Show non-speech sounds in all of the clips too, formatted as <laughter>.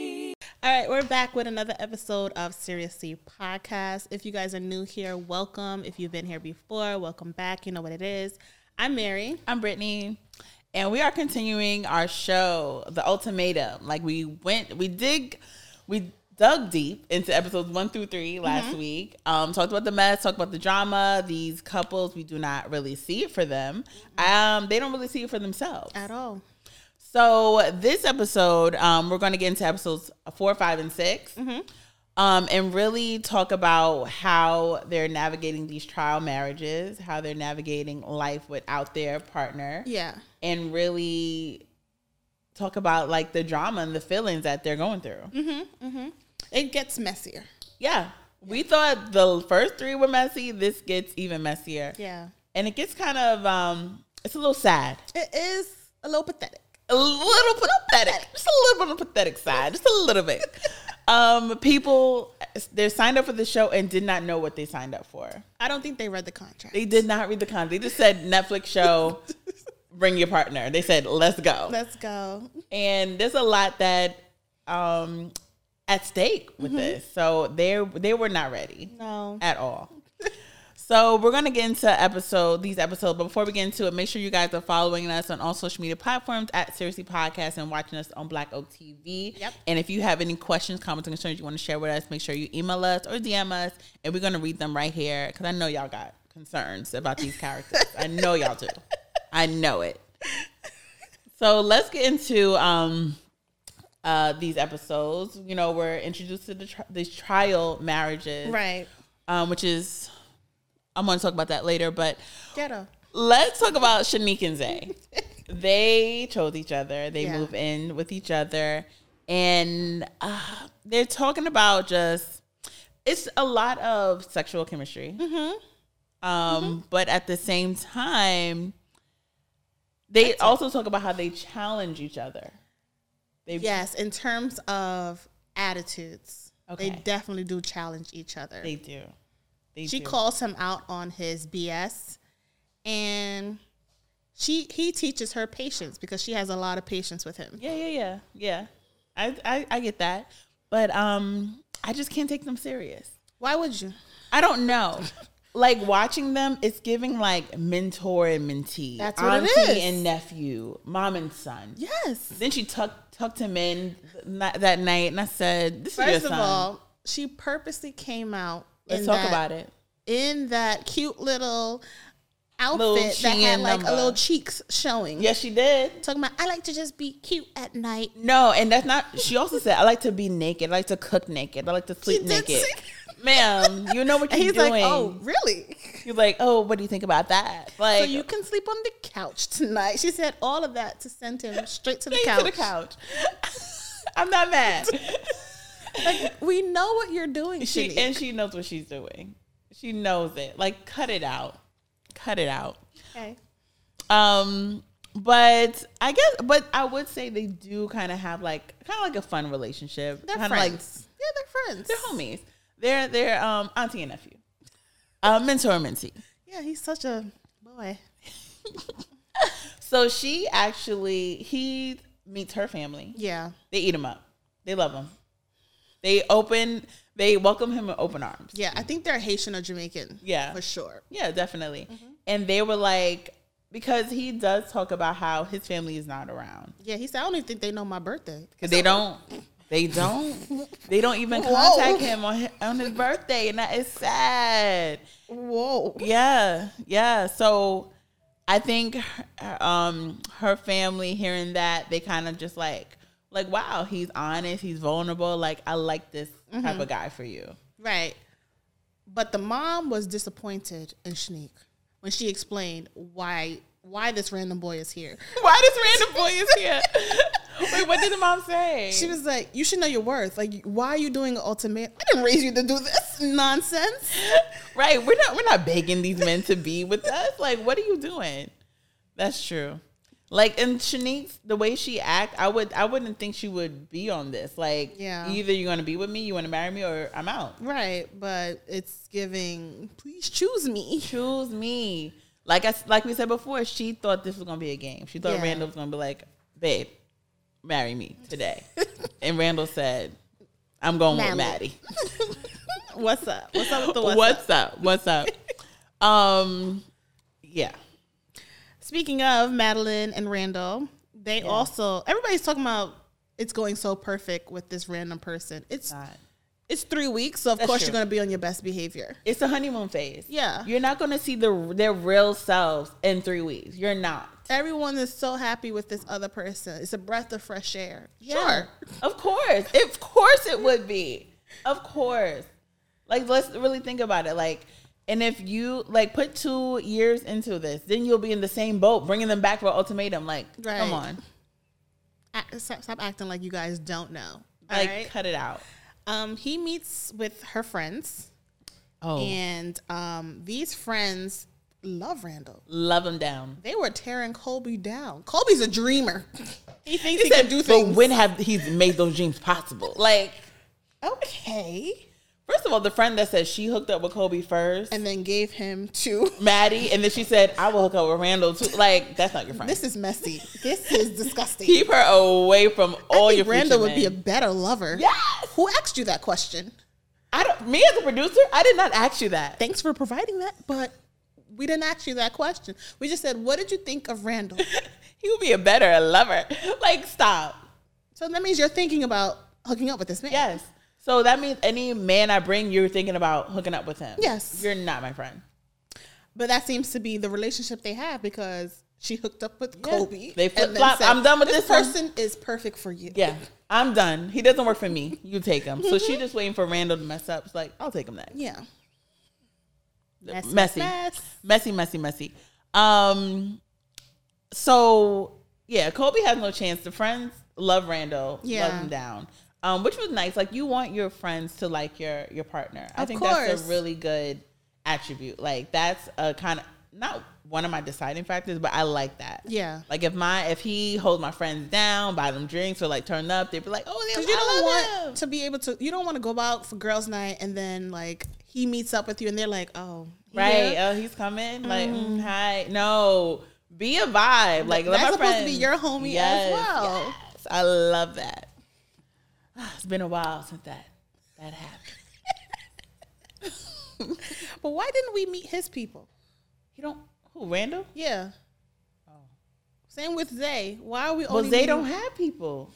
All right, we're back with another episode of Seriously Podcast. If you guys are new here, welcome. If you've been here before, welcome back. You know what it is. I'm Mary. I'm Brittany, and we are continuing our show, The Ultimatum. Like we went, we dig, we dug deep into episodes one through three last week. Um, talked about the mess, talked about the drama. These couples, we do not really see it for them. Um, they don't really see it for themselves. At all. So this episode, um, we're going to get into episodes four, five, and 6 um, and really talk about how they're navigating these trial marriages, how they're navigating life without their partner, Yeah. and really talk about like the drama and the feelings that they're going through. It gets messier. Yeah. We thought the first three were messy. This gets even messier. Yeah. And it gets kind of, um, it's a little sad. It is a little pathetic. a little pathetic, just a little bit on the pathetic side, just a little bit. um, people they signed up for the show and did not know what they signed up for. I don't think they read the contract. They did not read the con. They just said Netflix show, bring your partner. They said let's go, Let's go. and there's a lot that um at stake with this. So they they were not ready No. at all. So we're gonna get into episode these episodes, but before we get into it, make sure you guys are following us on all social media platforms at Seriously Podcast and watching us on Black Oak TV. Yep. And if you have any questions, comments, and concerns you want to share with us, make sure you email us or DM us, and we're gonna read them right here because I know y'all got concerns about these characters. I know y'all do. I know it. So let's get into um, uh, these episodes. You know, we're introduced to the tri- these trial marriages, Right. um, which is I'm going to talk about that later. But Ghetto. let's talk about Shanique <laughs> and Zay. they chose each other. They Yeah. move in with each other, and uh, they're talking about just it's a lot of sexual chemistry. Mm-hmm. Um, but at the same time, they also talk about how they challenge each other. They Yes, in terms of attitudes, they Okay. definitely do challenge each other. they do. They she do. calls him out on his BS, and she he teaches her patience because she has a lot of patience with him. Yeah, yeah, yeah, yeah. I, I I get that, but um, I just can't take them serious. Why would you? I <laughs> don't know. like watching them, it's giving like mentor and mentee, That's what it is. and nephew, mom and son. Yes. Then she tucked tucked him in th- ni- that night, and I said, "This is First your of son. all, she purposely came out. Let's in talk that- about it." in that cute little outfit Little that had chin like number. a little cheeks showing. Yes, she did. Talking about, I like to just be cute at night. No, and that's not. She also said, "I like to be naked. I like to cook naked. I like to sleep did naked." say Ma'am, you know what And you're <laughs> he's doing. like, oh, really? You're like, oh, what do you think about that? Like, So you can sleep on the couch tonight. She said all of that to send him straight <laughs> to the, Straight couch. to the couch. I'm not <laughs> mad. Like, we know what you're doing. she Shanique. and she knows what she's doing. She knows it. Like cut it out. Cut it out. okay. Um but I guess but I would say they do kind of have like kind of like a fun relationship. They're Kinda like friends. yeah, they're friends. they're homies. They're they're um auntie and nephew. Uh, mentor and mentee. Yeah, he's such a boy. So she actually he meets her family. Yeah. They eat him up. They love him. They open they welcome him with open arms. Yeah, I think they're Haitian or Jamaican. Yeah. For sure. Yeah, definitely. And they were like, because he does talk about how his family is not around Yeah, he said, I don't even think they know my birthday. because they don't, they don't, they don't even contact him on his, on his birthday, and that is sad. Whoa. Yeah, yeah. So I think her- um her family hearing that they kind of just like like wow, he's honest, he's vulnerable. Like I like this type of guy for you. <laughs> Right. But the mom was disappointed in Shanique when she explained why why this random boy is here. Why this random boy is here? <laughs> Wait, what did the mom say? She was like, "You should know your worth. Like, why are you doing an ultimatum? I didn't raise you to do this <laughs> nonsense." Right. We're not we're not begging these men to be with us. Like, what are you doing? That's true. Like and Shanique, the way she act, I would I wouldn't think she would be on this. Like Yeah. either you're gonna be with me, you wanna marry me, or I'm out. Right, but it's giving. Please choose me. Choose me. Like I s- like we said before, she thought this was gonna be a game. She thought Yeah. <laughs> Randall was gonna be like, babe, marry me today. and Randall said, I'm going with Maddie. Maddie. What's up? What's up with the what's, up? What's up? What's <laughs> up? um, yeah. Speaking of Madeline and Randall, they also everybody's talking about it's going so perfect with this random person. It's it's three weeks, so of That's course true. you're gonna be on your best behavior. It's a honeymoon phase. Yeah. You're not going to see the their real selves in three weeks. You're not. Everyone is so happy with this other person. It's a breath of fresh air. Sure. Of course. Of course it would be. Of course. Like let's really think about it. Like and if you like put 2 years into this, then you'll be in the same boat bringing them back for ultimatum like Right. come on. Act, stop, stop acting like you guys don't know. All Like right. cut it out. Um, he meets with her friends, Oh. and um, these friends love Randall. Love them down. They were tearing Colby down. Colby's a <laughs> dreamer. He thinks he, can do But things. when have he's made those dreams possible? Like okay. first of all, the friend that said she hooked up with Kobe first. And then gave him to. <laughs> Maddie, and then she said, "I will hook up with Randall too." Like that's not your friend. This is messy. This is disgusting. Keep her away from all I your think Randall would be a A- better lover. yes, Who asked you that question? I don't. Me as a producer, I did not ask you that. Thanks for providing that, but we didn't ask you that question. We just said, "What did you think of <laughs> Randall?" He would be a better lover. <laughs> Like stop. so that means you're thinking about hooking up with this man. Yes. So that means any man I bring, you're thinking about hooking up with him. Yes. You're not my friend. But that seems to be the relationship they have because she hooked up with Yeah. Kobe. They and then flip-flop. said, I'm done with this one." person is perfect for you. Yeah. Mm-hmm. I'm done. He doesn't work for me. You take him. So she's just waiting for Randall to mess up. It's like, I'll take him next. Yeah. Messy, messy, mess. messy, messy, messy. Um, so yeah, Kobe has no chance. The friends love Randall, love Yeah. him down, um, which was nice. Like you want your friends to like your your partner. I Of think that's course. a really good attribute. Like that's a kind of not one of my deciding factors, but I like that. Yeah. Like if my if he holds my friends down, buy them drinks or like turn up, they'd be like, oh, they, Because you you don't I love want to be able to, you don't want to go out for girls' night and then like he meets up with you and they're like, oh, him. Right? yeah. Mm-hmm. Oh, he's coming. Like mm, hi, no. Be a vibe. Like let That's my supposed to be friends- your homie as Yes, well. yes. I love that. Ah, It's been a while since that that happened. But why didn't we meet his people? You don't who Randall? Yeah. Same with Zay. Why are we Oh. Well, only they meeting- don't have people.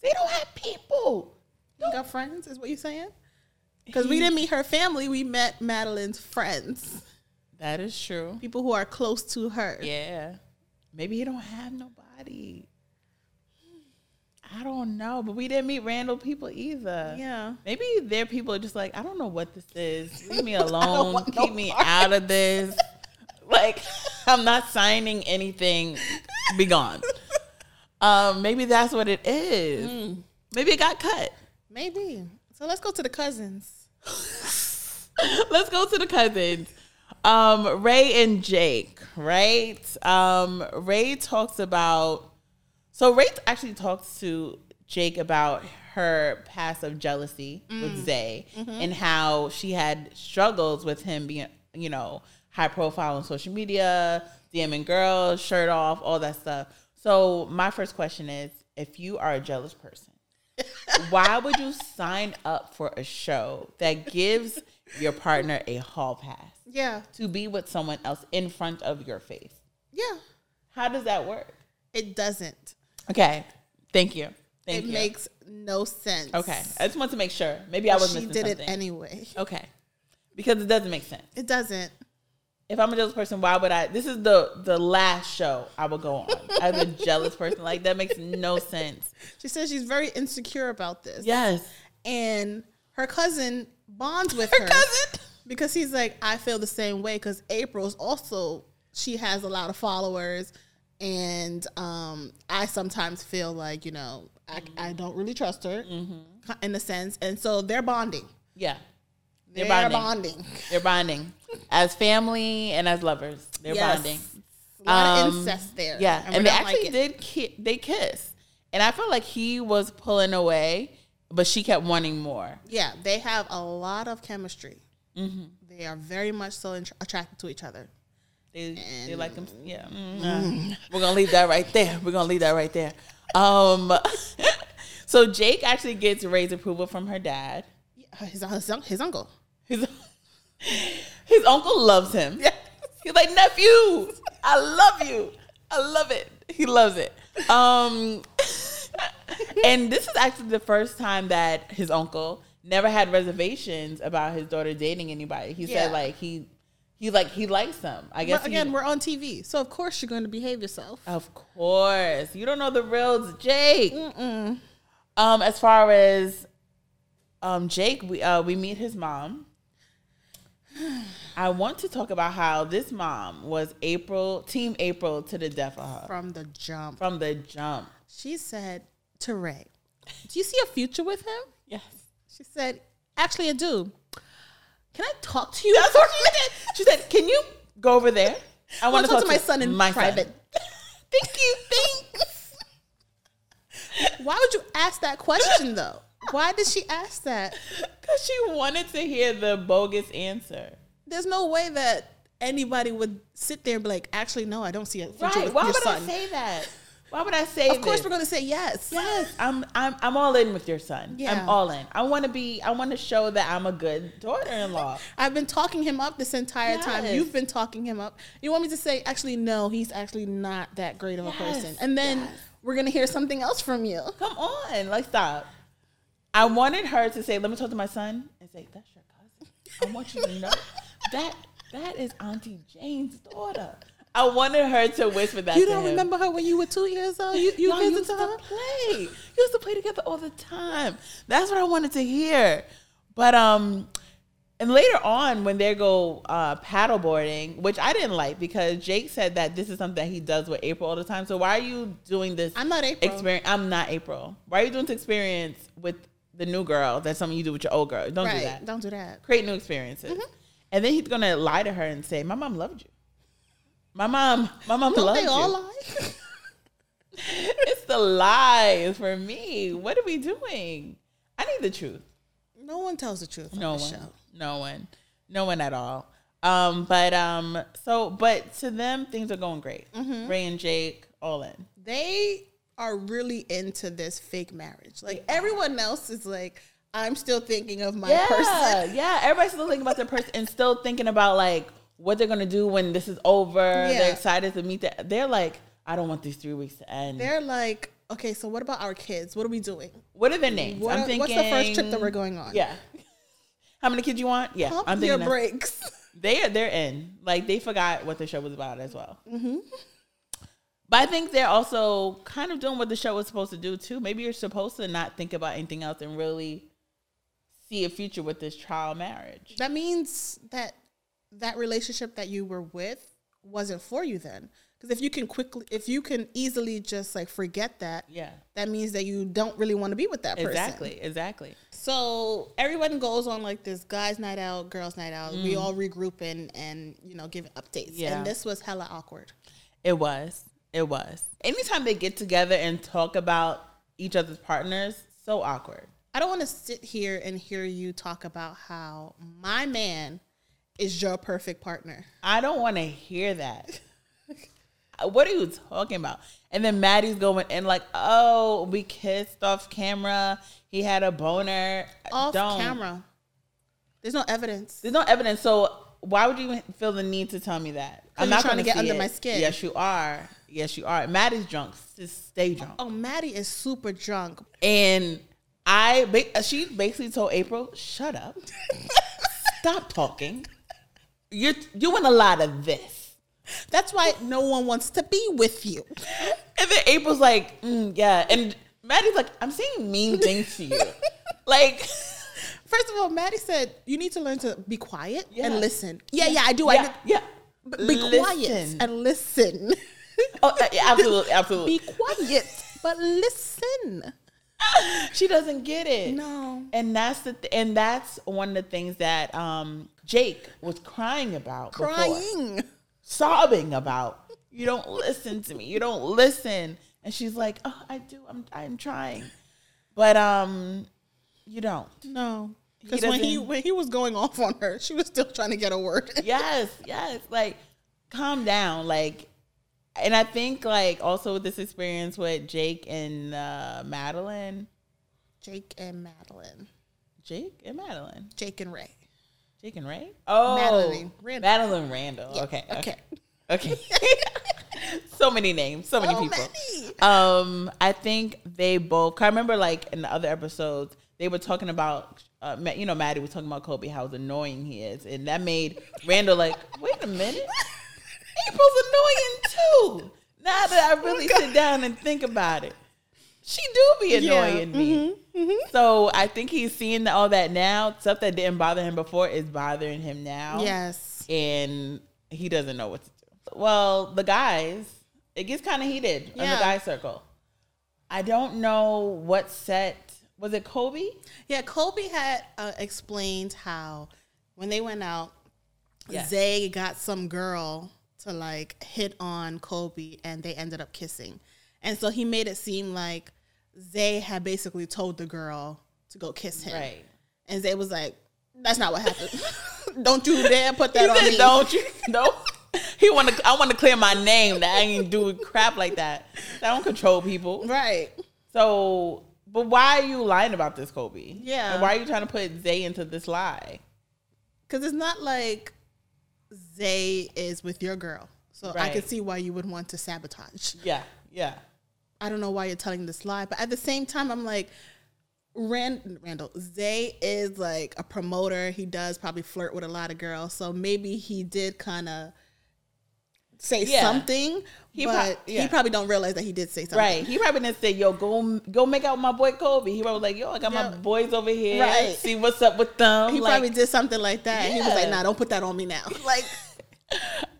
They don't have people. You got friends, is what you're saying? Because we didn't meet her family, we met Madeline's friends, That is true. people who are close to her. Yeah. Maybe he don't have nobody. I don't know, but we didn't meet Randall people either. Yeah. Maybe their people are just like, I don't know what this is. Leave me alone. want Keep no me out of this. <laughs> like, I'm not signing anything. Be gone. Um, maybe that's what it is. Maybe it got cut. Maybe. So let's go to the cousins. <laughs> Let's go to the cousins. Um, Ray and Jake, right? Um, Ray talks about so Ray actually talks to Jake about her past of jealousy with Zay and how she had struggles with him being, you know, high profile on social media, DMing girls, shirt off, all that stuff. So my first question is if you are a jealous person, why would you sign up for a show that gives your partner a hall pass Yeah. to be with someone else in front of your face? Yeah. How does that work? It doesn't. Okay. Thank you. it Thank you. makes no sense. okay. I just want to make sure. Maybe I was She missing did something. it anyway. okay. Because it doesn't make sense. It doesn't. If I'm a jealous person, why would I? This is the the last show I would go on as a jealous person. Like that makes no sense. She says she's very insecure about this. <laughs> Yes. And her cousin bonds with <laughs> Her her cousin. because he's like, I feel the same way because April's also she has a lot of followers, and um, I sometimes feel like you know I, Mm-hmm. I don't really trust her in a sense, and so they're bonding. Yeah. They're, They're bonding. bonding. They're bonding as family and as lovers. They're Yes. bonding. A lot of Um, incest there. Yeah, we and they don't like actually it. did. Ki- they kiss, and I felt like he was pulling away, but she kept wanting more. Yeah, they have a lot of chemistry. Mm-hmm. They are very much so int- attracted to each other. They, they like them. Yeah, Mm-hmm. mm, nah. we're gonna leave that right there. We're gonna leave that right there. Um, <laughs> So Jake actually gets Ray's approval from her dad. His, his, un- his uncle. His, <laughs> his uncle loves him. He's like, nephew, I love you. I love it. He loves it. Um, <laughs> and this is actually the first time that his uncle never had reservations about his daughter dating anybody. He Yeah. said like he he like he likes them. I guess But he- again, we're on TV, so of course you're going to behave yourself. of course. You don't know the real Jake. Um, as far as um Jake, we uh we meet his mom. <sighs> I want to talk about how this mom was April Team April to the death of her From the jump, from the jump. she said to Ray, "Do you see a future with him?" Yes, She said, "Actually, I do." Can I talk to you? that's what <laughs> she said. She said, "Can you go over there? I I want wanna to talk to my son in my <laughs> private. <laughs> Thank you. Thanks. <laughs> Why would you ask that question though? Why did she ask that? because she wanted to hear the bogus answer." There's no way that anybody would sit there and be like, actually, no, I don't see a future Right? with Why your would son. I say that? Why would I say? of course, this? we're gonna say yes. Yes, I'm I'm I'm all in with your son. Yeah. I'm all in. I want to be I want to show that I'm a good daughter-in-law. I've been talking him up this entire time. Yes. You've been talking him up. You want me to say, actually, no, he's actually not that great of a Yes, person. And then we're gonna hear something else from you. Come on, like stop. I wanted her to say, "Let me talk to my son," and say, "That's your cousin." I want you to know that that is Auntie Jane's daughter. I wanted her to whisper that. You to don't him. remember her when you were two years old? You you Y'all visited used to her? <laughs> play. Used to play together all the time. That's what I wanted to hear. But um, and later on when they go uh, paddleboarding, which I didn't like because Jake said that this is something he does with April all the time. So why are you doing this? I'm not April. Experience. I'm not April. Why are you doing this experience with the new girl? That's something you do with your old girl. Don't right. Mm-hmm. do that. Don't do that. Create new experiences. And then he's gonna lie to her and say, "My mom loved you. My mom. My mom Don't loved they you." all lie? <laughs> it's the lies for me. What are we doing? I need the truth. no one tells the truth. No on this one. Show. No one. No one at all. Um, but um, so but to them things are going great. Mm-hmm. Ray and Jake all in. They are really into this fake marriage. Like everyone else is like, I'm still thinking of my yeah, person. <laughs> <laughs> yeah. Everybody's still thinking about their person and still thinking about like what they're gonna do when this is over. Yeah. They're excited to meet that. They're like, I don't want these three weeks to end. They're like, okay, so what about our kids? What are we doing? what are their names? What I'm thinking. what's the first trip that we're going on? Yeah. <laughs> How many kids you want? Yeah, Pump I'm your thinking. that. brakes. <laughs> they they're in like they forgot what the show was about as well. But I think they're also kind of doing what the show was supposed to do too. Maybe you're supposed to not think about anything else and really see a future with this trial marriage. That means that that relationship that you were with wasn't for you then. Because if you can quickly, if you can easily just like forget that, Yeah, that means that you don't really want to be with that person. exactly, exactly. So everyone goes on like this guys' night out, girls' night out. We all regroup and and you know give updates. Mm. Yeah. And this was hella awkward. It was, it was. Anytime they get together and talk about each other's partners, so awkward. I don't want to sit here and hear you talk about how my man is your perfect partner. I don't want to hear that. <laughs> what are you talking about? And then Maddie's going in like, oh, we kissed off camera. He had a boner. Off Don't. camera. There's no evidence. There's no evidence. So why would you even feel the need to tell me that? you're trying gonna to get see under my skin. Yes, you are. Yes, you are. Maddie's drunk. Just stay drunk. Oh, Maddie is super drunk. And I, ba- she basically told April, <laughs> shut up. Stop talking. You're doing a lot of this. That's why no one wants to be with you. And then April's like, mm, yeah. And Maddie's like, I'm saying mean things to you. <laughs> like, <laughs> First of all, Maddie said you need to learn to be quiet Yeah. and listen. Yeah, yeah, I do. I do. yeah, yeah. Be quiet Listen. and listen. <laughs> Oh, uh, yeah, absolutely, absolutely. <laughs> be quiet, but listen. she doesn't get it. No. And that's the th- and that's one of the things that um Jake was crying about, before, Crying. sobbing about. You don't listen to me. You don't listen. And she's like, oh, I do. I'm I'm trying, but um, you don't. No. Because when he doesn't- when he was going off on her, she was still trying to get a word. <laughs> in. yes, yes. Like, calm down. Like, and I think like also with this experience with Jake and uh, Madeline, Jake and Madeline. Jake and Madeline. Jake and Ray. Jake and Ray? Oh. Madeline Randall. Madeline Randall. Oh, Okay. Okay. Okay. Okay. <laughs> so many names, so many So people. Oh, many. Um, I think they both. 'cause I remember, like in the other episodes, they were talking about, uh, Ma- you know, Maddie was talking about Kobe how annoying he is, and that made Randall like, wait a minute, April's annoying too. Now that I really sit down and think about it, she do be Yeah. annoying me. So I think he's seeing all that now. Stuff that didn't bother him before is bothering him now Yes. and he doesn't know what to do. Well, the guys, it gets kind of heated in Yeah. the guy circle. I don't know what set was it. Kobe? Yeah, Kobe had uh, explained how when they went out, Yes. Zay got some girl to like hit on Kobe and they ended up kissing. And so he made it seem like Zay had basically told the girl to go kiss him. Right. And Zay was like, that's not what happened. <laughs> Don't you dare put that He on <laughs> said, me. "Don't you? No." He want to. I want to clear my name. That I ain't do crap like that. I don't control people. Right. So, but why are you lying about this, Kobe? Yeah. And why are you trying to put Zay into this lie? Because it's not like Zay is with your girl. So I Right. could see why you would want to sabotage. Yeah. Yeah. I don't know why you're telling this lie, but at the same time, I'm like, Rand- Randall, Zay is like a promoter. He does probably flirt with a lot of girls, so maybe he did kind of say Yeah. something, He prob- but yeah. he probably don't realize that he did say something. Right. He probably didn't say, "Yo, go go make out with my boy Kobe." He probably was like, "Yo, I got my Yeah. boys over here. Right. See what's up with them." He Like, probably did something like that. He was Yeah. like, "Nah, don't put that on me <laughs> now." Like,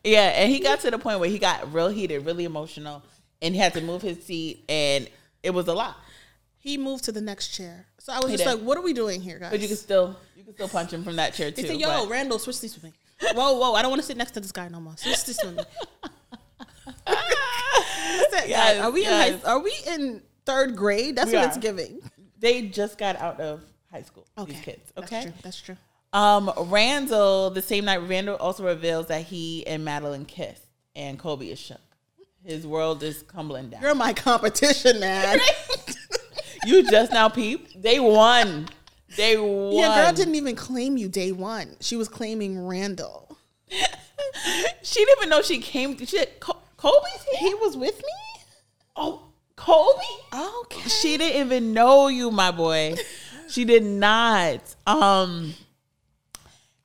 yeah. And he got to the point where he got real heated, really emotional, and he had to move his seat, and it was a lot. he moved to the next chair, so I was He just did. like, "What are we doing here, guys?" But you can still you can still punch him from that chair too. He said, "Yo, but- Randall, switch seats with me." Whoa, whoa! I don't want to sit next to this guy no more. Switch seats <laughs> with me. That's it, Yes, guys. Are we in yes. high, are we in third grade? That's We what are. it's giving. they just got out of high school. These kids. Okay. that's true. That's true. Um, Randall, the same night, Randall also reveals that he and Madeline kissed, and Kobe is shook. His world is crumbling down. You're my <laughs> competition, man. You just now peep. They won. They won. Your girl didn't even claim you day one. She was claiming Randall. she didn't even know she came. She said, "Co- Kobe's here. He was with me. Oh, Kobe. Okay. She didn't even know you, my boy. She did not. Um,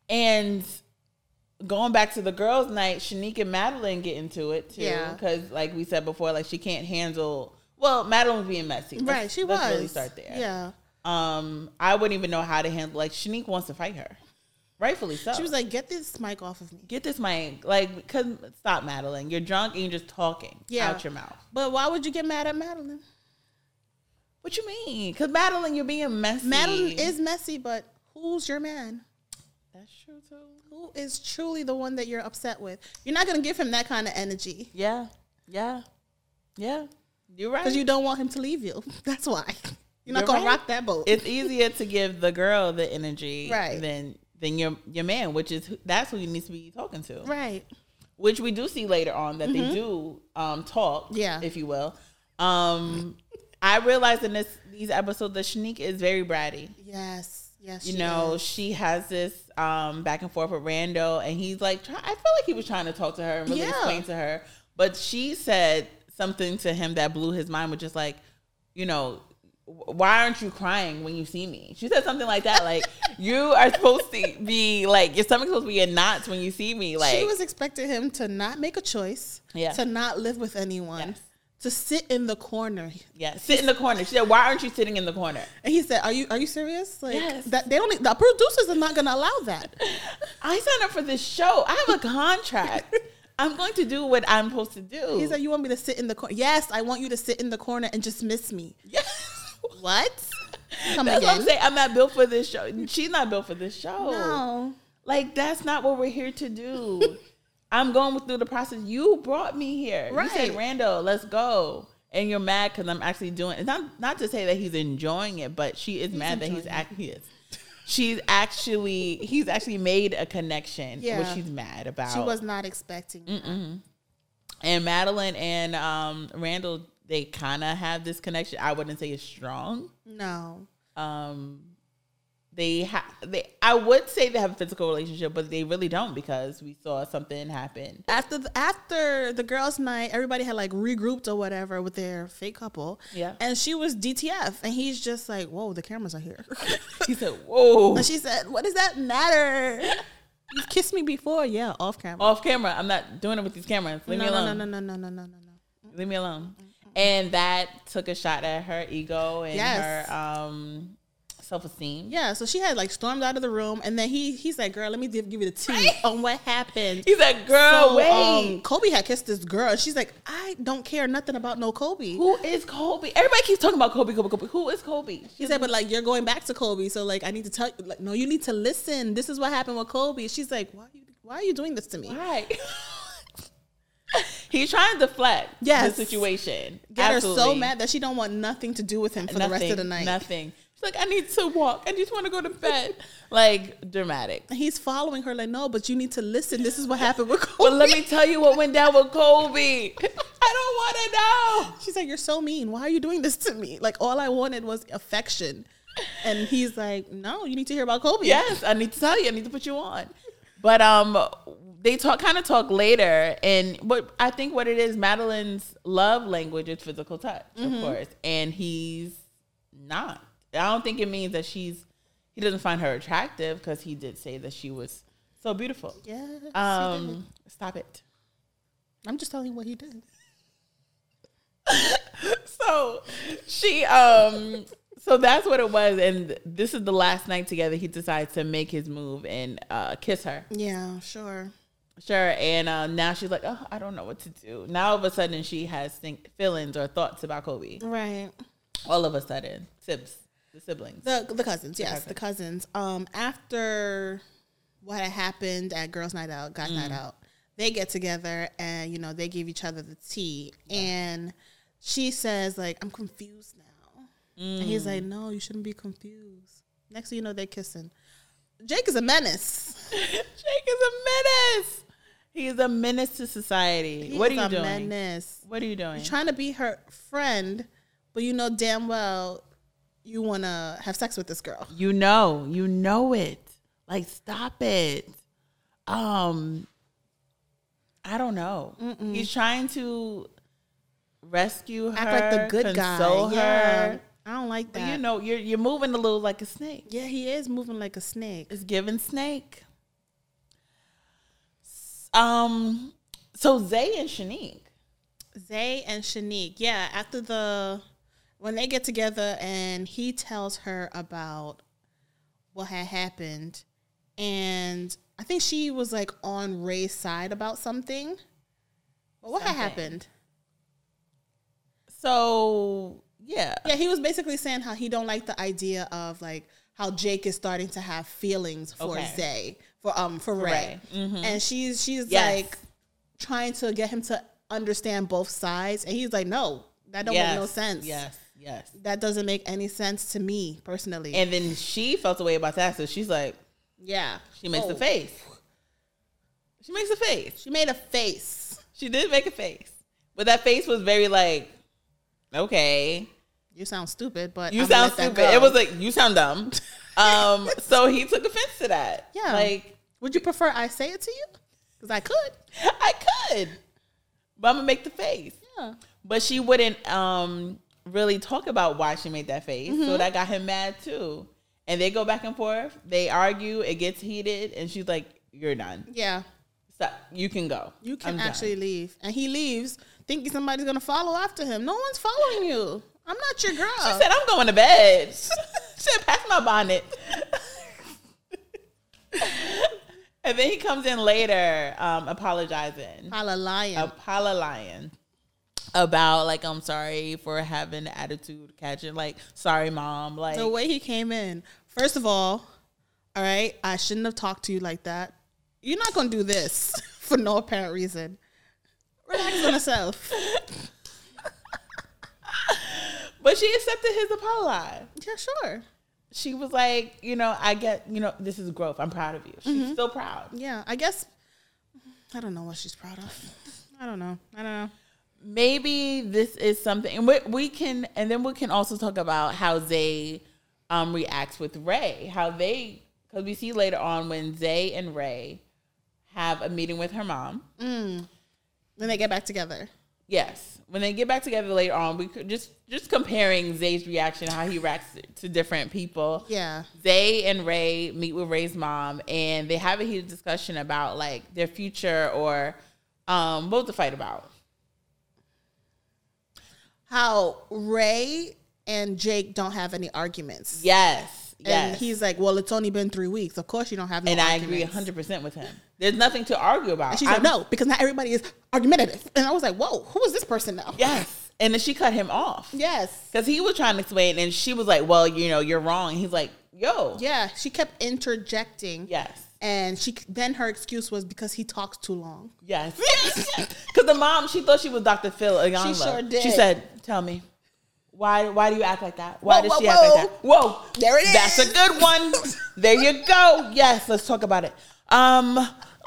and going back to the girls' night, Shanique and Madeline get into it too. Yeah. Because, like we said before, like she can't handle. Well, Madeline was being messy. Let's- right. She was. let's really start there. Yeah. Um, I wouldn't even know how to handle. Like Shanique wants to fight her, rightfully so. She was like, "Get this mic off of me." get this mic. Like, cause stop, Madeline. You're drunk and you're just talking Yeah. out your mouth. But why would you get mad at Madeline? What you mean? Cause Madeline, you're being messy. Madeline is messy, but who's your man? That's true too. Who is truly the one that you're upset with? You're not gonna give him that kind of energy Yeah, yeah, yeah. You're right. because you don't want him to leave you. <laughs> That's why you're not You're gonna right. rock that boat. it's easier to give the girl the energy Right. than than your your man, which is who- that's who you need to be talking to. right. Which we do see later on that they do um talk, Mm-hmm. Yeah. if you will. Um, I realized in this these episodes that Shanique is very bratty. Yes. Yes. you she know, is. she has this um, back and forth with Randall, and he's like, try- I feel like he was trying to talk to her and really Yeah. explain to her, but she said something to him that blew his mind, which is like, you know, "Wh- why aren't you crying when you see me? She said something like <laughs> that, like you are supposed to be like your stomach's supposed to be in knots when you see me, like she was expecting him to not make a choice. Yeah. To not live with anyone. Yes. To sit in the corner. yeah, sit in the corner. She said, why aren't you sitting in the <laughs> corner? And he said, "Are you are you serious? Like Yes. that? They don't. e, The producers are not going to allow that. <laughs> I signed up for this show. I have a contract. I'm going to do what I'm supposed to do. He said, "You want me to sit in the corner? Yes, I want you to sit in the corner and just miss me. yes. <laughs> What? Come That's what I'm again? saying. I'm not built for this show. She's not built for this show. No. Like that's not what we're here <laughs> to do. I'm going through the process. You brought me here. You said, Right. Randall, let's go. And you're mad because I'm actually doing. It's not not to say that he's enjoying it, but she is mad that he's enjoying act. He is. She's actually he's actually made a connection. Yeah. Which Yeah. she's mad about. She was not expecting. that. And Madeline and um Randall, they kind of have this connection. I wouldn't say it's strong. No. um, they have they I would say they have a physical relationship, but they really don't because we saw something happen. after the, after the girls' night, everybody had like regrouped or whatever with their fake couple. Yeah. And she was DTF, and he's just like, "Whoa, the cameras are here." <laughs> He said, "Whoa." and she said, "What does that matter? You've kissed me before, yeah, off camera." Off camera, I'm not doing it with these cameras. Leave no, me alone. no, no, no, no, no, no, no, no. Leave me alone. And that took a shot at her ego and Yes. her um, self esteem. Yeah, so she had like stormed out of the room, and then he he's like, "Girl, let me give you the tea on what happened." He's like, girl, So, wait. um, Kobe had kissed this girl. She's like, "I don't care nothing about no Kobe." who is Kobe? Everybody keeps talking about Kobe, Kobe, Kobe. Who is Kobe? He said, "But like, you're going back to Kobe, so like, I need to tell you, like, no, you need to listen. This is what happened with Kobe." She's like, "Why are you? Why are you doing this to me?" Right. <laughs> He's trying to deflect Yes. the situation. Get her so Absolutely. mad that she don't want nothing to do with him for the rest of the night. Nothing. She's like, I need to walk. I just want to go to bed. like dramatic. And he's following her like, "No, but you need to listen. This <laughs> is what happened with Kobe." Well, let me tell you what went down with Kobe. <laughs> I don't want to know. <laughs> She's like, "You're so mean. Why are you doing this to me? Like, all I wanted was affection." And he's like, "No, you need to hear about Kobe." Yes, I need to tell you. I need to put you on. But um, they talk kind of talk later, and what I think what it is, Madeline's love language is physical touch, Mm-hmm. of course, and he's not. I don't think it means that she's. He doesn't find her attractive because he did say that she was so beautiful. Yes, he did. Um, stop it. I'm just telling you what he did. so she um so that's what it was and this is the last night together he decides to make his move and uh kiss her Yeah, sure. sure and uh, now she's like oh i don't know what to do now all of a sudden she has think- feelings or thoughts about kobe Right. all of a sudden sibs the siblings The the cousins, yes, the cousins. Um, after what had happened at girls' night out, guys' night Mm. out, they get together and you know they give each other the tea, and she says like, "I'm confused now," and he's like, Mm. "No, you shouldn't be confused." Next thing you know, they're kissing. Jake is a menace. <laughs> jake is a menace he's a menace to society He what are is you a doing Menace. what are you doing Trying to be her friend, but you know damn well you want to have sex with this girl. You know, you know it. Like, stop it. Um, I don't know. He's trying to rescue her, Act like the good console guy. her. Yeah. I don't like But that. you know, you're you're moving a little like a snake. Yeah, he is moving like a snake. It's giving snake. S- Um, so Zay and Shanique. Zay and Shanique. Yeah, after the when they get together and he tells her about what had happened and I think she was like on Ray's side about something. But what had Something. happened? So yeah, Yeah, he was basically saying how he don't like the idea of like how Jake is starting to have feelings for Okay. Zay for um for Ray, Ray. Mm-hmm. and she's she's Yes. like trying to get him to understand both sides, and he's like, no, that don't yes, make no sense. Yes, yes. that doesn't make any sense to me personally. And then she felt a way about that, so she's like, yeah, She makes Oh, a face. She makes a face. She made a face. She did make a face. But that face was very like, okay. You sound stupid, but You I'ma sound let that stupid. go. It was like, you <laughs> sound dumb. Um, so he took offense to that. Yeah. Like, would you prefer I say it to you? Because I could. <laughs> I could. But I'm gonna make the face. Yeah. But she wouldn't um really talk about why she made that face. Mm-hmm. So that got him mad too. And they go back and forth. They argue, it gets heated, and she's like, You're done. Yeah. Stop. You can go. You can I'm done." actually leave. And he leaves thinking somebody's gonna follow after him. No one's following you. I'm not your girl. She said, I'm going to bed. <laughs> she said, pass my bonnet. <laughs> and then he comes in later, um, apologizing. Holla lion. Apologizing about like I'm sorry for having the attitude catching like sorry mom like the way he came in. First of all, all right, I shouldn't have talked to you like that. You're not gonna do this <laughs> for no apparent reason. Relax on yourself. but she accepted his apology Yeah, sure. she was like you know I get you know this is growth I'm proud of you she's still proud Yeah, I guess I don't know what she's proud of. I don't know. I don't know. maybe this is something and we, we can and then we can also talk about how they um, reacts with Ray. How they, because we see later on when Zay and Ray have a meeting with her mom. When they get back together. Yes, when they get back together later on, we could just just comparing Zay's reaction, how he reacts to different people. Yeah. Zay and Ray meet with Ray's mom, and they have a heated discussion about like their future or um, what to fight about. How Ray and Jake don't have any arguments. Yes, And yes, he's like, well, it's only been three weeks. Of course you don't have no and I agree arguments." hundred percent with him. There's nothing to argue about. And she's like, I'm- no, because not everybody is argumentative. And I was like, whoa, who is this person now? Yes, and then she cut him off Yes. because he was trying to explain, and she was like, "Well, you know, you're wrong." He's like, "Yo, Yeah. She kept interjecting. yes." And she then her excuse was because he talks too long. Yes. <laughs> Because the mom, she thought she was Dr. Phil Ayanla. She sure did. She said, "Tell me, why? Why do you act like that? Why Whoa, does whoa, she act whoa. like that? Whoa, There it That's is. a good one. there you go. Yes, let's talk about it. Um,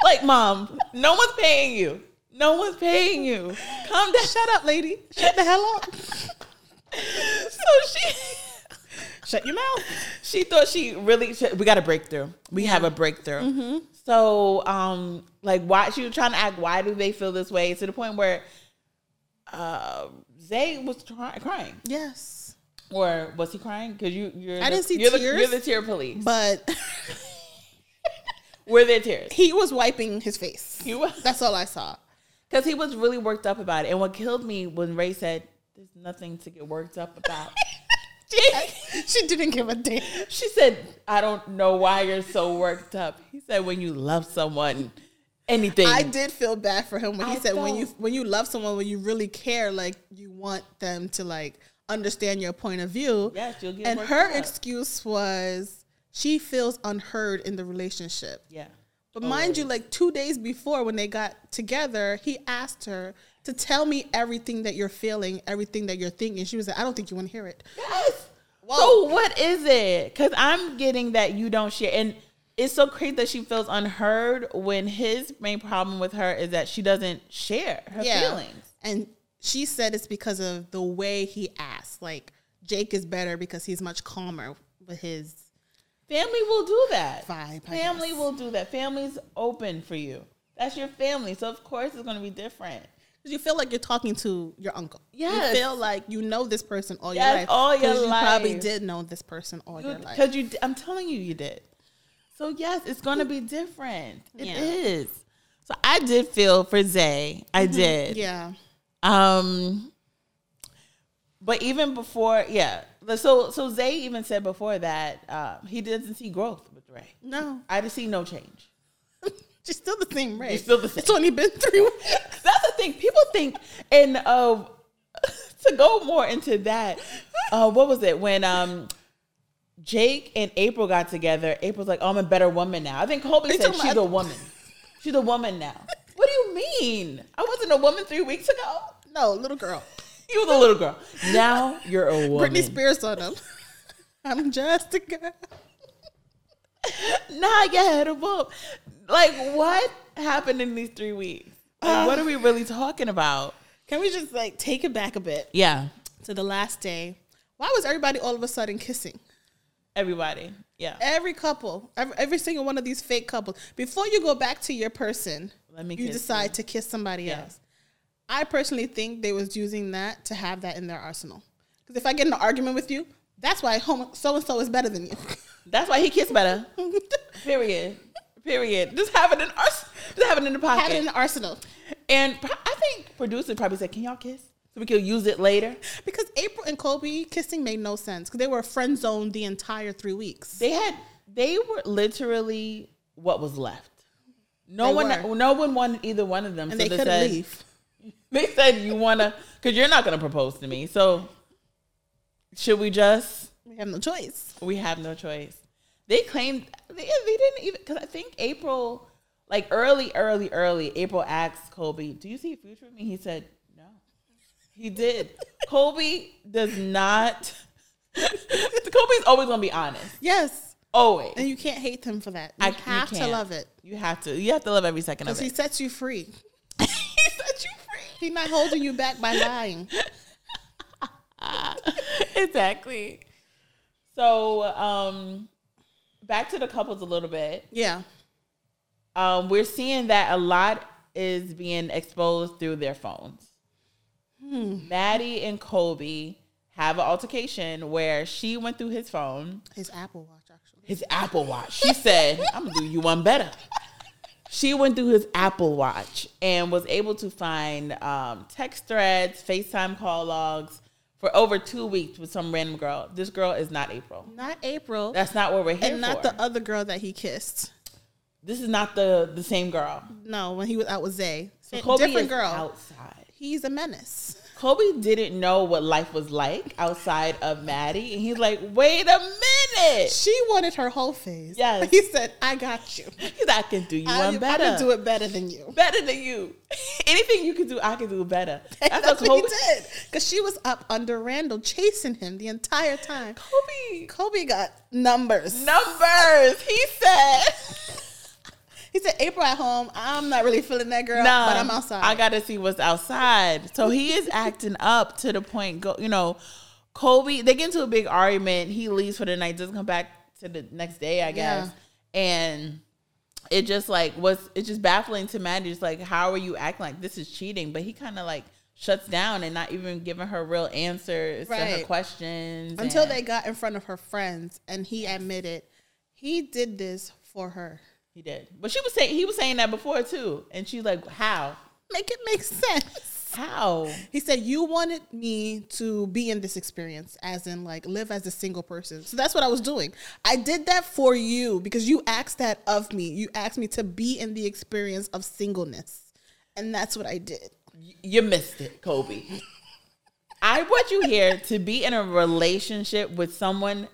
like mom, no one's paying you. No one's paying you. Calm down. Shut up, lady. Shut the hell up. <laughs> So she. Shut your mouth. she thought she really she- we got a breakthrough we have a breakthrough Mm-hmm. so um like why she was trying to act why do they feel this way to the point where uh zay was try- crying Yes. or was he crying because you you're I the- didn't see you're the, tears. you're the tear police But <laughs> we're their tears <laughs> he was wiping his face. you because That's all I saw. he was really worked up about it and what killed me when ray said there's nothing to get worked up about <laughs> she didn't give a damn. <laughs> She said, I don't know why you're so worked up. He said, when you love someone, anything. I did feel bad for him when he I said when you don't- when you love someone when you really care like you want them to like understand your point of view. Yes, you'll get And worked her up. excuse was she feels unheard in the relationship. yeah. Oh. But mind you, like two days before when they got together, he asked her to tell me everything that you're feeling, everything that you're thinking. She was like, I don't think you want to hear it. Yes. Whoa. So what is it? Because I'm getting that you don't share, and it's so crazy that she feels unheard when his main problem with her is that she doesn't share her feelings. And she said it's because of the way he asked. Like Jake is better because he's much calmer with his Family will do that. Vibe, I Family guess. will do that. Family's open for you. That's your family, so of course it's going to be different. 'Cause You feel like you're talking to your uncle. Yes. You feel like you know this person all Yes, your life. all your 'Cause you probably life. did know this person all your life. Because you, d- I'm telling you, you did. So yes, it's going to be different. It is. Yeah. So I did feel for Zay. I did. Mm-hmm. Yeah. Um, but even before, yeah. So so Zay even said before that um, he doesn't see growth with Ray. No. I just see no change. She's still the same, right? You're still the same. It's only been three weeks. That's the thing. People think, and uh, <laughs> to go more into that, uh, what was it when um. Jake and April got together. April's like, "Oh, I'm a better woman now." I think Colby said talking <laughs> she's about- a woman. She's a woman now. What do you mean? I wasn't a woman three weeks ago. No, little girl. You was a little girl. Now you're a woman. Britney Spears on them. <laughs> I'm just a girl. not yet a book. Like what happened in these three weeks? Like, what are we really talking about? Can we just like take it back a bit Yeah, to the last day? Why was everybody all of a sudden kissing? everybody. Yeah, Every couple, every, every single one of these fake couples. Before you go back to your person, Let me you kiss decide to kiss somebody Yeah. else. I personally think they was using that to have that in their arsenal. Because if I get in an argument with you, that's why so and so is better than you. <laughs> that's why he kissed better. Period. Period. Just have it in our, just have it in the pocket. have it in the arsenal. and pro- I think producers probably said, "Can y'all kiss so we can use it later?" Because April and Kobe kissing made no sense because they were friend zoned the entire three weeks. They had. They were literally what was left. No They one. were. No one wanted either one of them. And so they couldn't said- leave. <laughs> They said you wanna, cause you're not gonna propose to me. So should we just? We have no choice. We have no choice. They claimed they, they didn't even, cause I think April, like early, early, early, April asked Kobe, "Do you see a future with me?" He said, "No." He did. <laughs> Kobe does not. <laughs> Kobe's always gonna be honest. Yes. Always. And you can't hate them for that. You I- you have to can't. love it. You have to. You have to love every second of Because he it. sets you free. he set you free. He's not holding you <laughs> back by lying. <laughs> exactly. So, um, back to the couples a little bit. Yeah. Um, we're seeing that a lot is being exposed through their phones. Hmm. Maddie and Kobe have an altercation where she went through his phone, His Apple Watch, actually. his Apple Watch. She said, "I'm gonna do you one better." She went through his Apple Watch and was able to find um, text threads, FaceTime call logs for over two weeks with some random girl. This girl is not April. Not April. That's not what we're here and not for. the other girl that he kissed. this is not the the same girl. No, when he was out with Zay. So Kobe Different is girl. outside. He's a menace. Kobe didn't know what life was like outside of Maddie, and he's like, "Wait a minute, She wanted her whole face. Yes. He said, I got you. because I can do you I, one better, I can do it better than you. better than you. <laughs> Anything you can do, I can do better." <laughs> That's, what he did. Because she was up under Randall chasing him the entire time. Kobe Kobe got numbers. numbers. He said, <laughs> He said, April at home, I'm not really feeling that girl, "Nah, but I'm outside. I gotta see what's outside." So he is acting up to the point. Go, you know, Kobe. They get into a big argument. He leaves for the night. Doesn't come back to the next day. I guess. Yeah. and it just like was it's just baffling to Maddie. Just like how are you acting like this is cheating? But he kind of like shuts down and not even giving her real answers to her Right. questions Until and- they got in front of her friends and he admitted he did this for her. He did, but she was saying he was saying that before too, and she's like, "How? Make it make sense. How? He said, You wanted me to be in this experience, as in, like, live as a single person. So that's what I was doing. I did that for you because you asked that of me. You asked me to be in the experience of singleness. And that's what I did. Y- You missed it, Kobe. I want you here to be in a relationship with someone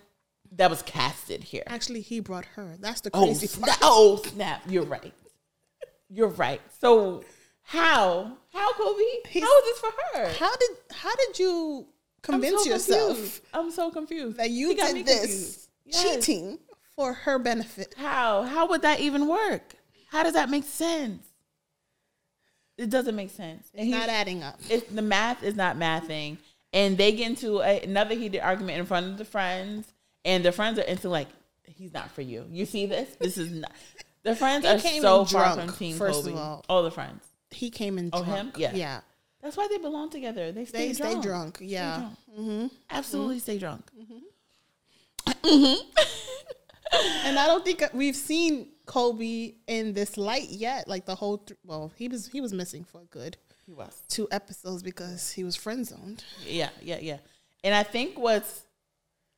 that was casted here. Actually, he brought her. That's the Oh crazy part. snap! Oh snap! You're right. You're right. So how how Kobe? how is this for her? How did how did you I'm so convince yourself confused. I'm so confused that you He got me did this confused. Yes. cheating for her benefit? How how would that even work? How does that make sense? It doesn't make sense. And he's- Not adding up. it's the math is not mathing. And they get into a, another heated argument in front of the friends, and the friends are into like, he's not for you. You see this? This is not. The friends He are came so in far drunk, from team first Kobe. of all. the friends. He came in Oh, drunk. him? Yeah. yeah. That's why they belong together. They stay They drunk. stay drunk. Mm-hmm. Yeah. Absolutely stay drunk. And I don't think we've seen Kobe in this light yet. Like the whole th- well, he was he was missing for a good He was. two episodes because he was friend zoned. Yeah, yeah, yeah. And I think what's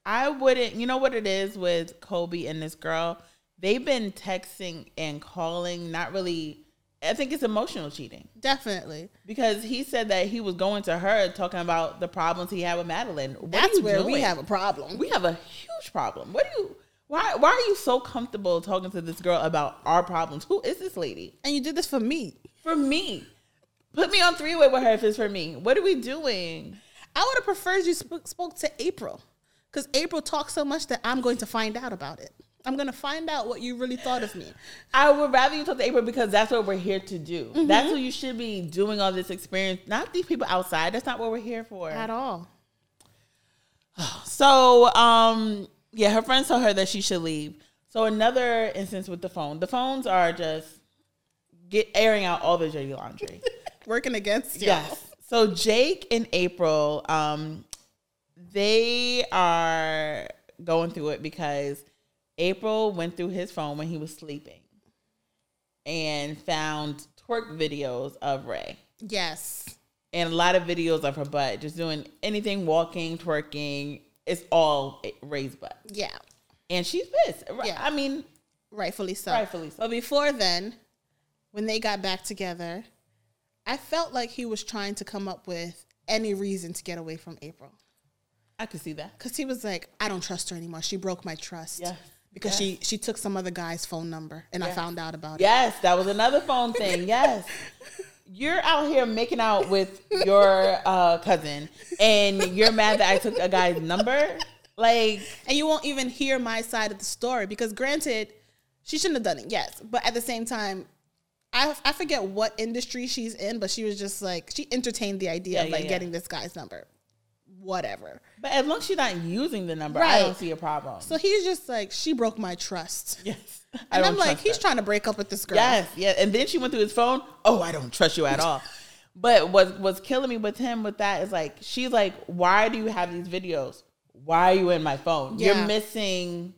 I wouldn't you know what it is with Kobe and this girl? They've been texting and calling, not really I think it's emotional cheating. Definitely. Because he said that he was going to her talking about the problems he had with Madeline. What are That's you where we doing? have a problem. we have a huge problem. What do you why why are you so comfortable talking to this girl about our problems? Who is this lady? and you did this for me. For me. Put me on three way with her if it's for me. What are we doing? I would have preferred you sp- spoke to April because April talks so much that I'm going to find out about it. I'm going to find out what you really thought of me. I would rather you talk to April because that's what we're here to do. Mm-hmm. That's what you should be doing all this experience, not these people outside. That's not what we're here for. At all. So, um, yeah, her friends told her that she should leave. So another instance with the phone. The phones are just get airing out all the dirty laundry. Working against you. Yes. So Jake and April, um, they are going through it because April went through his phone when he was sleeping and found twerk videos of Ray Yes. and a lot of videos of her butt, just doing anything, walking, twerking. It's all Ray's butt, Yeah. and she's pissed. Ri- Yeah. I mean, Rightfully so. rightfully so. But before then, when they got back together, I felt like he was trying to come up with any reason to get away from April. I could see that. Because he was like, I don't trust her anymore. She broke my trust. Yes. Because she, she took some other guy's phone number and I found out about it. Yes, that was another phone thing. Yes. You're out here making out with your uh, cousin, and you're mad that I took a guy's number. Like, And you won't even hear my side of the story because, granted, she shouldn't have done it, yes. But at the same time, I, I forget what industry she's in, but she was just like, she entertained the idea Yeah, of yeah, like yeah. getting this guy's number. whatever. But as long as she's not using the number, I Right. don't see a problem. So he's just like, she broke my trust. yes. I And don't I'm like, trust he's her. trying to break up with this girl. Yes, yeah. And then she went through his phone. Oh, I don't trust you at all. But what's what's killing me with him with that is like she's like, why do you have these videos? Why are you in my phone? You're Yeah. missing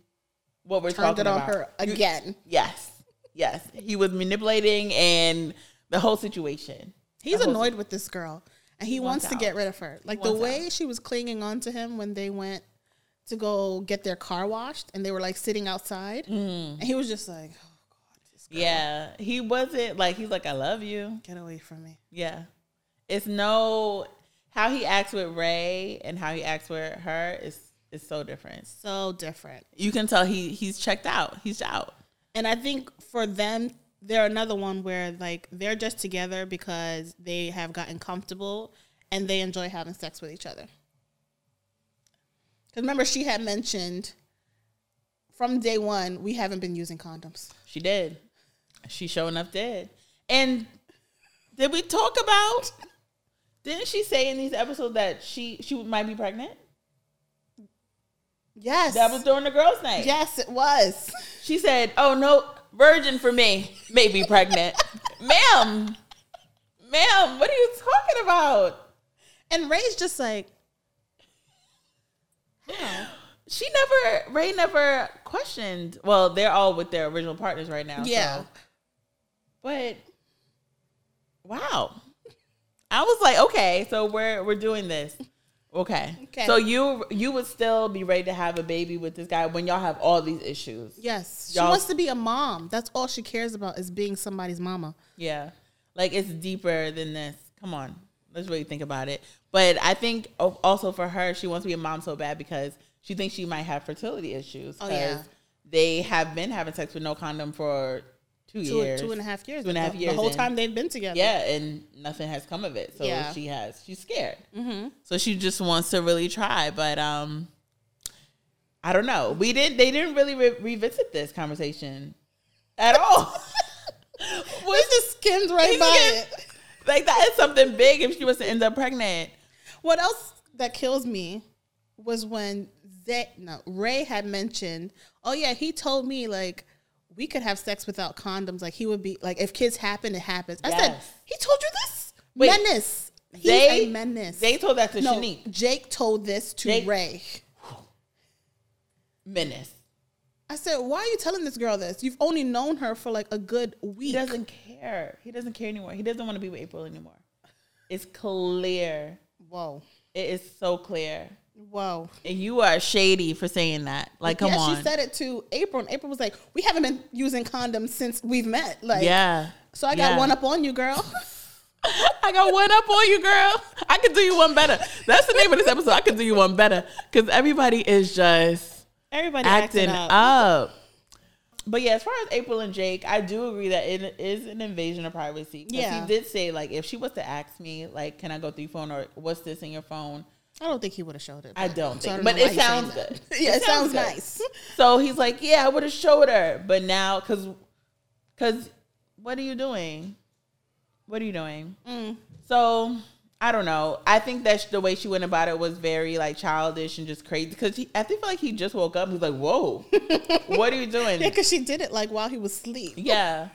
what we're Turned talking it on about. her again. Yes, yes. He was manipulating and the whole situation. He's annoyed with this girl and he, wants wants, to out. get rid of her. Like the wants way she was clinging on to him when they went to go get their car washed and they were like sitting outside. Mm-hmm. And he was just like, oh, God, just Yeah, he wasn't like he's like I love you. get away from me. Yeah. It's no how he acts with Ray and how he acts with her is is so different. So different. You can tell he he's checked out. He's out. And I think for them, they're another one where like they're just together because they have gotten comfortable and they enjoy having sex with each other. Because remember, she had mentioned from day one, we haven't been using condoms. She did. She sure enough did. And did we talk about didn't she say in these episodes that she she might be pregnant? Yes. That was during the girls' night. Yes, it was. She said, "Oh no, virgin for me, maybe pregnant, ma'am, ma'am. What are you talking about? And Ray's just like, She never, Ray never questioned. Well, they're all with their original partners right now. yeah. so- but wow, I was like, okay, so we're we're doing this. Okay. Okay. So you you would still be ready to have a baby with this guy when y'all have all these issues. Yes. She Y'all- wants to be a mom. That's all she cares about is being somebody's mama. Yeah. Like it's deeper than this. Come on. Let's really think about it. But I think al- also for her, she wants to be a mom so bad because she thinks she might have fertility issues. Oh, yeah. 'cause They have been having sex with no condom for two, Two, years. two and a half years. Two and a half the, years The whole in. time they've been together. Yeah, and nothing has come of it. So Yeah. Mm-hmm. she has. She's scared. So she just wants to really try. But um, I don't know. We did. They didn't really re- revisit this conversation <laughs> at all. We just skimmed right <laughs> He by skimmed- it. Like that is something big if she was to end up pregnant. What else that kills me was when Zay, no, Ray had mentioned, oh yeah, he told me like we could have sex without condoms. Like he would be like if kids happen, it happens. I said, Yes. he told you this? Wait. menace. He's They- a menace. They told that to no, Shanique. Jake told this to Jake- Ray. Menace. I said, why are you telling this girl this? You've only known her for like a good He week. doesn't care. He doesn't care anymore. He doesn't want to be with April anymore. It's clear. Whoa. It is so clear. Whoa. And you are shady for saying that. Like, come yeah, on. she said it to April, and April was like, we haven't been using condoms since we've met. Like, yeah. so I got Yeah. one up on you, <laughs> girl. I got one up on you, girl. I could do you one better. That's the name of this episode. I could do you one better because everybody is just Everybody acting up. But yeah, as far as April and Jake, I do agree that it is an invasion of privacy. 'Cause Yeah. he did say like if she was to ask me like, can I go through your phone or what's this in your phone? I don't think he would have showed it. I don't So think, I don't but know why it he's saying sounds that. good. <laughs> yeah, it sounds good. <laughs> nice. So he's like, yeah, I would have showed her, but now because because what are you doing? What are you doing? Mm. So I don't know. I think that's the way she went about it was very like childish and just crazy. Because I think like he just woke up. He's <laughs> like, whoa, what are you doing? Yeah, because she did it like while he was asleep. Yeah.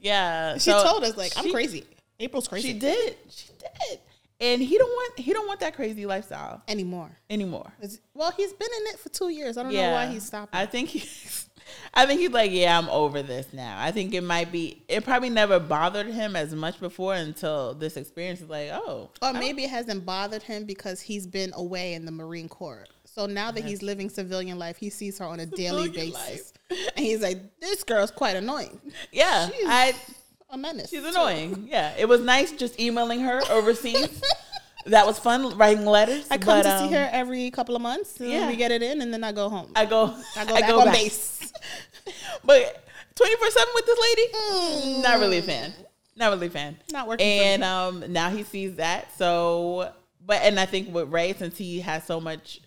Yeah. She told us like, I'm she- crazy. April's She crazy did. She did. And he don't want he don't want that crazy lifestyle anymore. anymore. 'Cause- Well, he's been in it for two years. I don't know why he's stopping. I think he's <laughs> I think he's like, yeah, I'm over this now. I think it might be it probably never bothered him as much before until this experience is like, oh, Or maybe it hasn't bothered him because he's been away in the Marine Corps. So now that he's living civilian life, he sees her on a daily Civilian basis. And he's like, this girl's quite annoying. yeah, She's- I A menace. she's annoying. Yeah, it was nice just emailing her overseas. <laughs> that was fun writing letters. I come but, to um, see her every couple of months. And yeah. We get it in, and then I go home. I, I go, I go back on <laughs> base. But twenty four seven with this lady, not really a fan. Not really a fan. Mm. Not working for And um, now he sees that. So, but and I think with Ray, since he has so much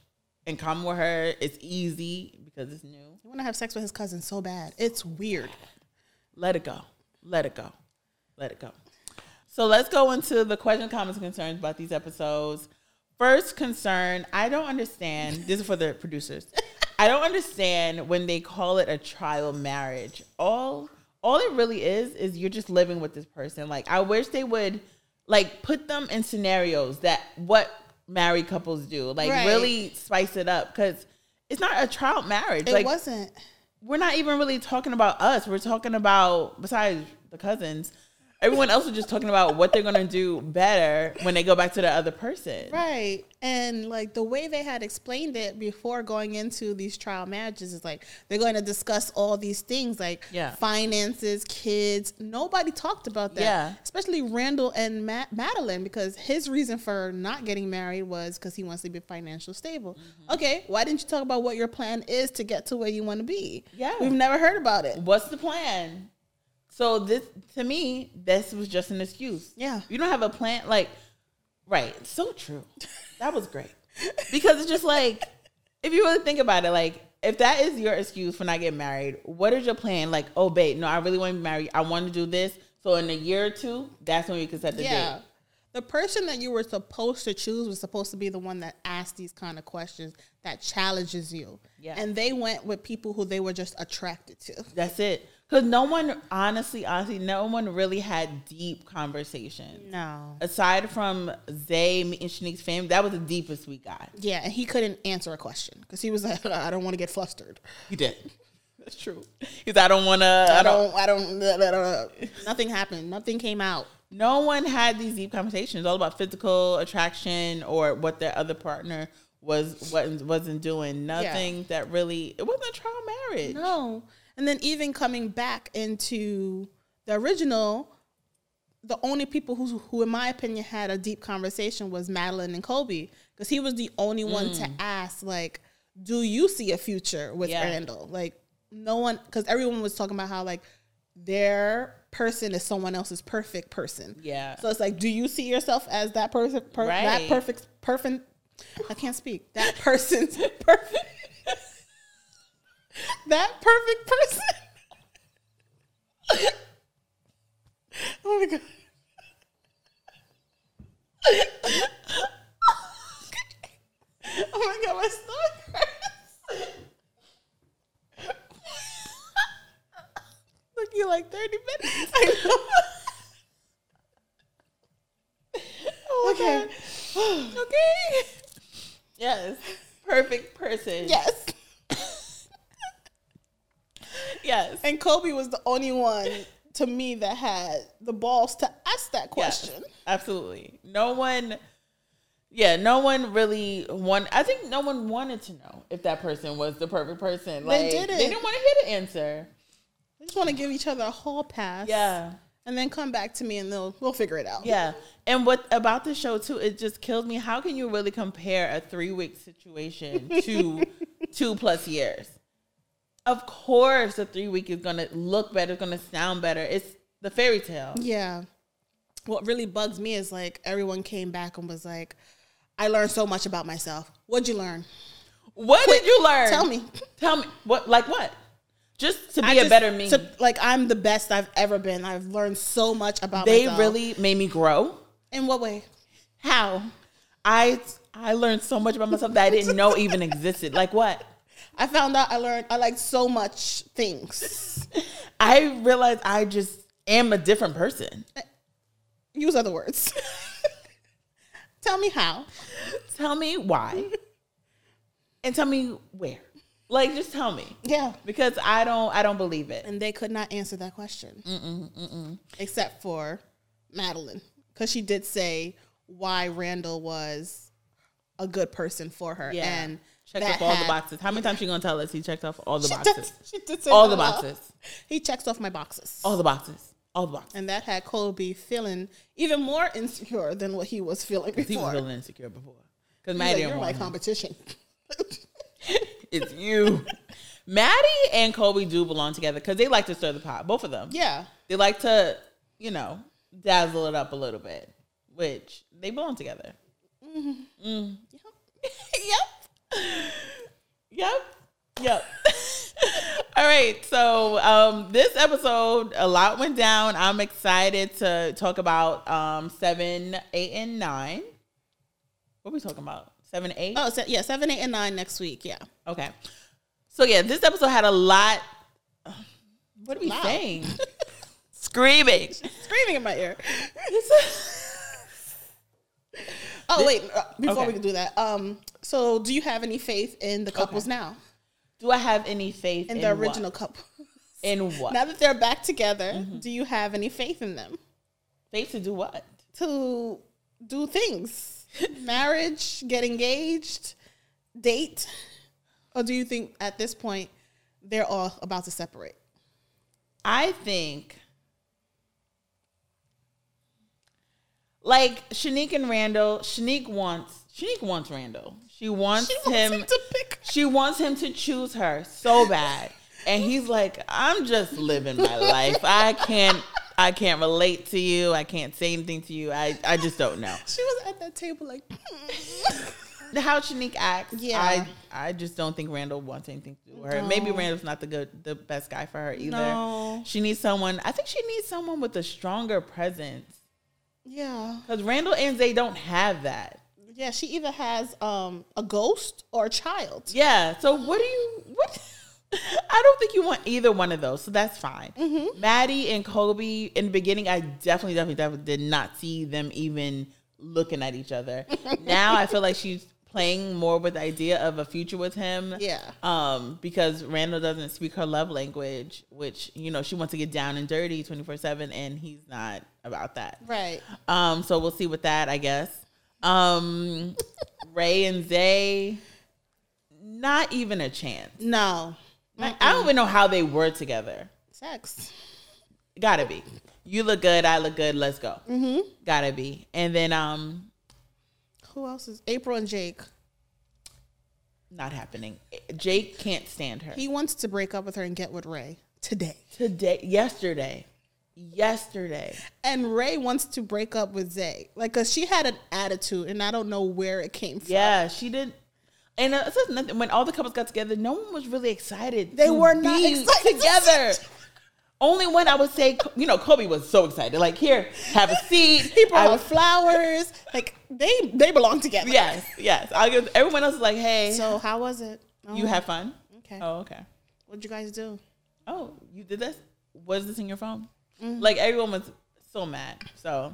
in common with her, it's easy because it's new. You want to have sex with his cousin so bad. It's weird. Let it go. Let it go. Let it go. So let's go into the question, comments, and concerns about these episodes. First concern, I don't understand. This is for the producers. I don't understand when they call it a trial marriage. All all it really is is you're just living with this person. Like I wish they would like put them in scenarios that what married couples do. Like Right. really spice it up cuz it's not a trial marriage. It like wasn't. we're not even really talking about us. We're talking about besides the cousins, everyone else is just talking about what they're gonna do better when they go back to the other person. Right. And like the way they had explained it before going into these trial marriages is like they're going to discuss all these things like Yeah. finances, kids. Nobody talked about that. Yeah. Especially Randall and Ma- Madeline because his reason for not getting married was because he wants to be financial stable. Mm-hmm. Okay. Why didn't you talk about what your plan is to get to where you want to be? Yeah. We've never heard about it. What's the plan? So this to me, this was just an excuse. Yeah. You don't have a plan like right. So <laughs> true. That was great. Because it's just like if you really think about it, like if that is your excuse for not getting married, what is your plan? Like, oh babe, no, I really want to be married. I want to do this. So in a year or two, that's when we can set the Yeah. date. The person that you were supposed to choose was supposed to be the one that asked these kind of questions that challenges you. Yeah. And they went with people who they were just attracted to. That's it. Because no one, honestly, honestly, no one really had deep conversations. No. Aside from Zay meeting Shanique's family, that was the deepest we got. Yeah, and he couldn't answer a question because he was like, <laughs> I don't want to get flustered. He did. That's true. Because I don't want to. I, I don't. don't, I don't, I don't- nothing happened. Nothing came out. No one had these deep conversations. It's all about physical attraction or what their other partner was wasn't wasn't doing. Nothing that really. It wasn't a trial marriage. No. And then even coming back into the original, the only people who, who in my opinion, had a deep conversation was Madeline and Kobe because he was the only one to ask, like, do you see a future with Mm. Yeah. Randall? Like, no one, because everyone was talking about how, like, their person is someone else's perfect person. Yeah. So it's like, do you see yourself as that person, per- that Right. perfect, perfect? I can't speak. That person's <laughs> perfect. that perfect person. <laughs> oh my god. oh my god, my stomach hurts. <laughs> Look, you like 30 minutes. I know. okay. <sighs> okay. Yes. Perfect person. Yes. Yes. And Kobe was the only one to me that had the balls to ask that question. Yes, absolutely. No one, yeah, no one really want. I think no one wanted to know if that person was the perfect person. Like, they didn't. didn't. want to hear the answer. They just want to give each other a hall pass. Yeah, And then come back to me and they'll we'll figure it out. yeah. And what about the show too? It just killed me. How can you really compare a three week <laughs> situation to two plus years? Of course, the three week is gonna look better. It's gonna sound better. It's the fairy tale. Yeah. What really bugs me is like everyone came back and was like, I learned so much about myself. What'd you learn? What did you learn? Tell me. Tell me what? Like what? Just to be I a just- better me. to- like I'm the best I've ever been. I've learned so much about they myself. really made me grow. in what way? How? I I learned so much about myself that I didn't know even existed. Like what? I found out I learned I like so much things. I realized I just am a different person. Use other words. <laughs> Tell me how. Tell me why. And tell me where. Like just tell me. Yeah. Because I don't I don't believe it. And they could not answer that question. Except for Madeline. Because she did say why Randall was a good person for her. Yeah. And Checked that off all the had- boxes. How many times she gonna tell us he checked off all the She boxes? did- she did say All that the a lot. boxes. Oh. He checks off my boxes. All the boxes. All the boxes. And that had Kobe feeling even more insecure than what he was feeling He was before. feeling insecure before. Because He's Maddie like, didn't You're my want him. competition. It's <laughs> you. Maddie and Kobe do belong together because they like to stir the pot. Both of them. yeah. They like to, you know, dazzle it up a little bit, which they belong together. Mm. yep. <laughs> Yep. Yep. <laughs> All right. So um, this episode, a lot went down. I'm excited to talk about um, seven, eight, and nine. What are we talking about? Seven, eight? Oh, so, yeah, seven, eight, and nine next week. Yeah. Okay. So yeah, this episode had a lot. What are we Loud. saying? Screaming. Screaming in my ear. <laughs> oh, wait. uh, Before Okay. we can do that, um, so do you have any faith in the couples now? Do I have any faith In in the what? original couple? <laughs> In what? Now that they're back together, do you have any faith in them faith to do what? to do things? Marriage, get engaged, date? Or do you think at this point they're all about to separate? I think. Like Shanique and Randall, Shanique wants Shanique wants Randall. She wants, She wants him to pick She wants him to choose her so bad. And he's like, I'm just living my life. I can't I can't relate to you. I can't say anything to you. I, I just don't know. She was at that table like, hmm. How Shanique acts, Yeah. I I just don't think Randall wants anything to do with her. Maybe No. Randall's not the good the best guy for her either. No. She needs someone I think she needs someone with a stronger presence. yeah, Because Randall and Zay don't have that. yeah. She either has um, a ghost or a child. Yeah. So what do you what? <laughs> I don't think you want either one of those, so that's fine. Maddie and Kobe in the beginning, I definitely, definitely, definitely did not see them even looking at each other. now I feel like she's playing more with the idea of a future with him. Yeah. Um, because Randall doesn't speak her love language, which you know she wants to get down and dirty twenty four seven, and he's not about that. Right. Um, so we'll see with that, I guess. Um, Ray and Zay, not even a chance. No. Like, I don't even know how they were together. Sex. Gotta be. You look good. I look good. Let's go. Mm-hmm. Gotta be. And then, um, Who else is April and Jake? not happening. Jake can't stand her. He wants to break up with her and get with Ray today. Today, yesterday, yesterday. And Ray wants to break up with Zay. Like, cause she had an attitude, and I don't know where it came from. Yeah, she did. And uh, it's just nothing. When all the couples got together, no one was really excited. They to were not be excited. <laughs> together. Only when I would say, you know, Kobe was so excited. Like, here, have a seat. <laughs> He brought I- her flowers. Like they they belong together. yes, yes. I give everyone else is like, hey, So how was it? Oh, you have fun. okay. Oh, okay. What'd you guys do? Oh, you did this. Was this in your phone? Mm-hmm. Like everyone was so mad. So,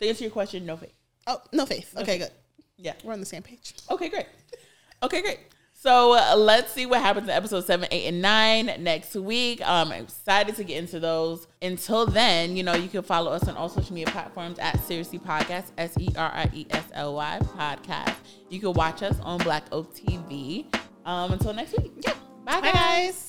to answer your question, no fake. Oh, no faith. Okay, good. Yeah. We're on the same page. Okay, great. Okay, great. So uh, let's see what happens in episode seven, eight, and nine next week. Um, I'm excited to get into those. Until then, you know, you can follow us on all social media platforms at Seriously Podcast, S E R I E S L Y Podcast. You can watch us on Black Oak TV. Um, until next week. Yeah. Bye, Bye, guys. guys.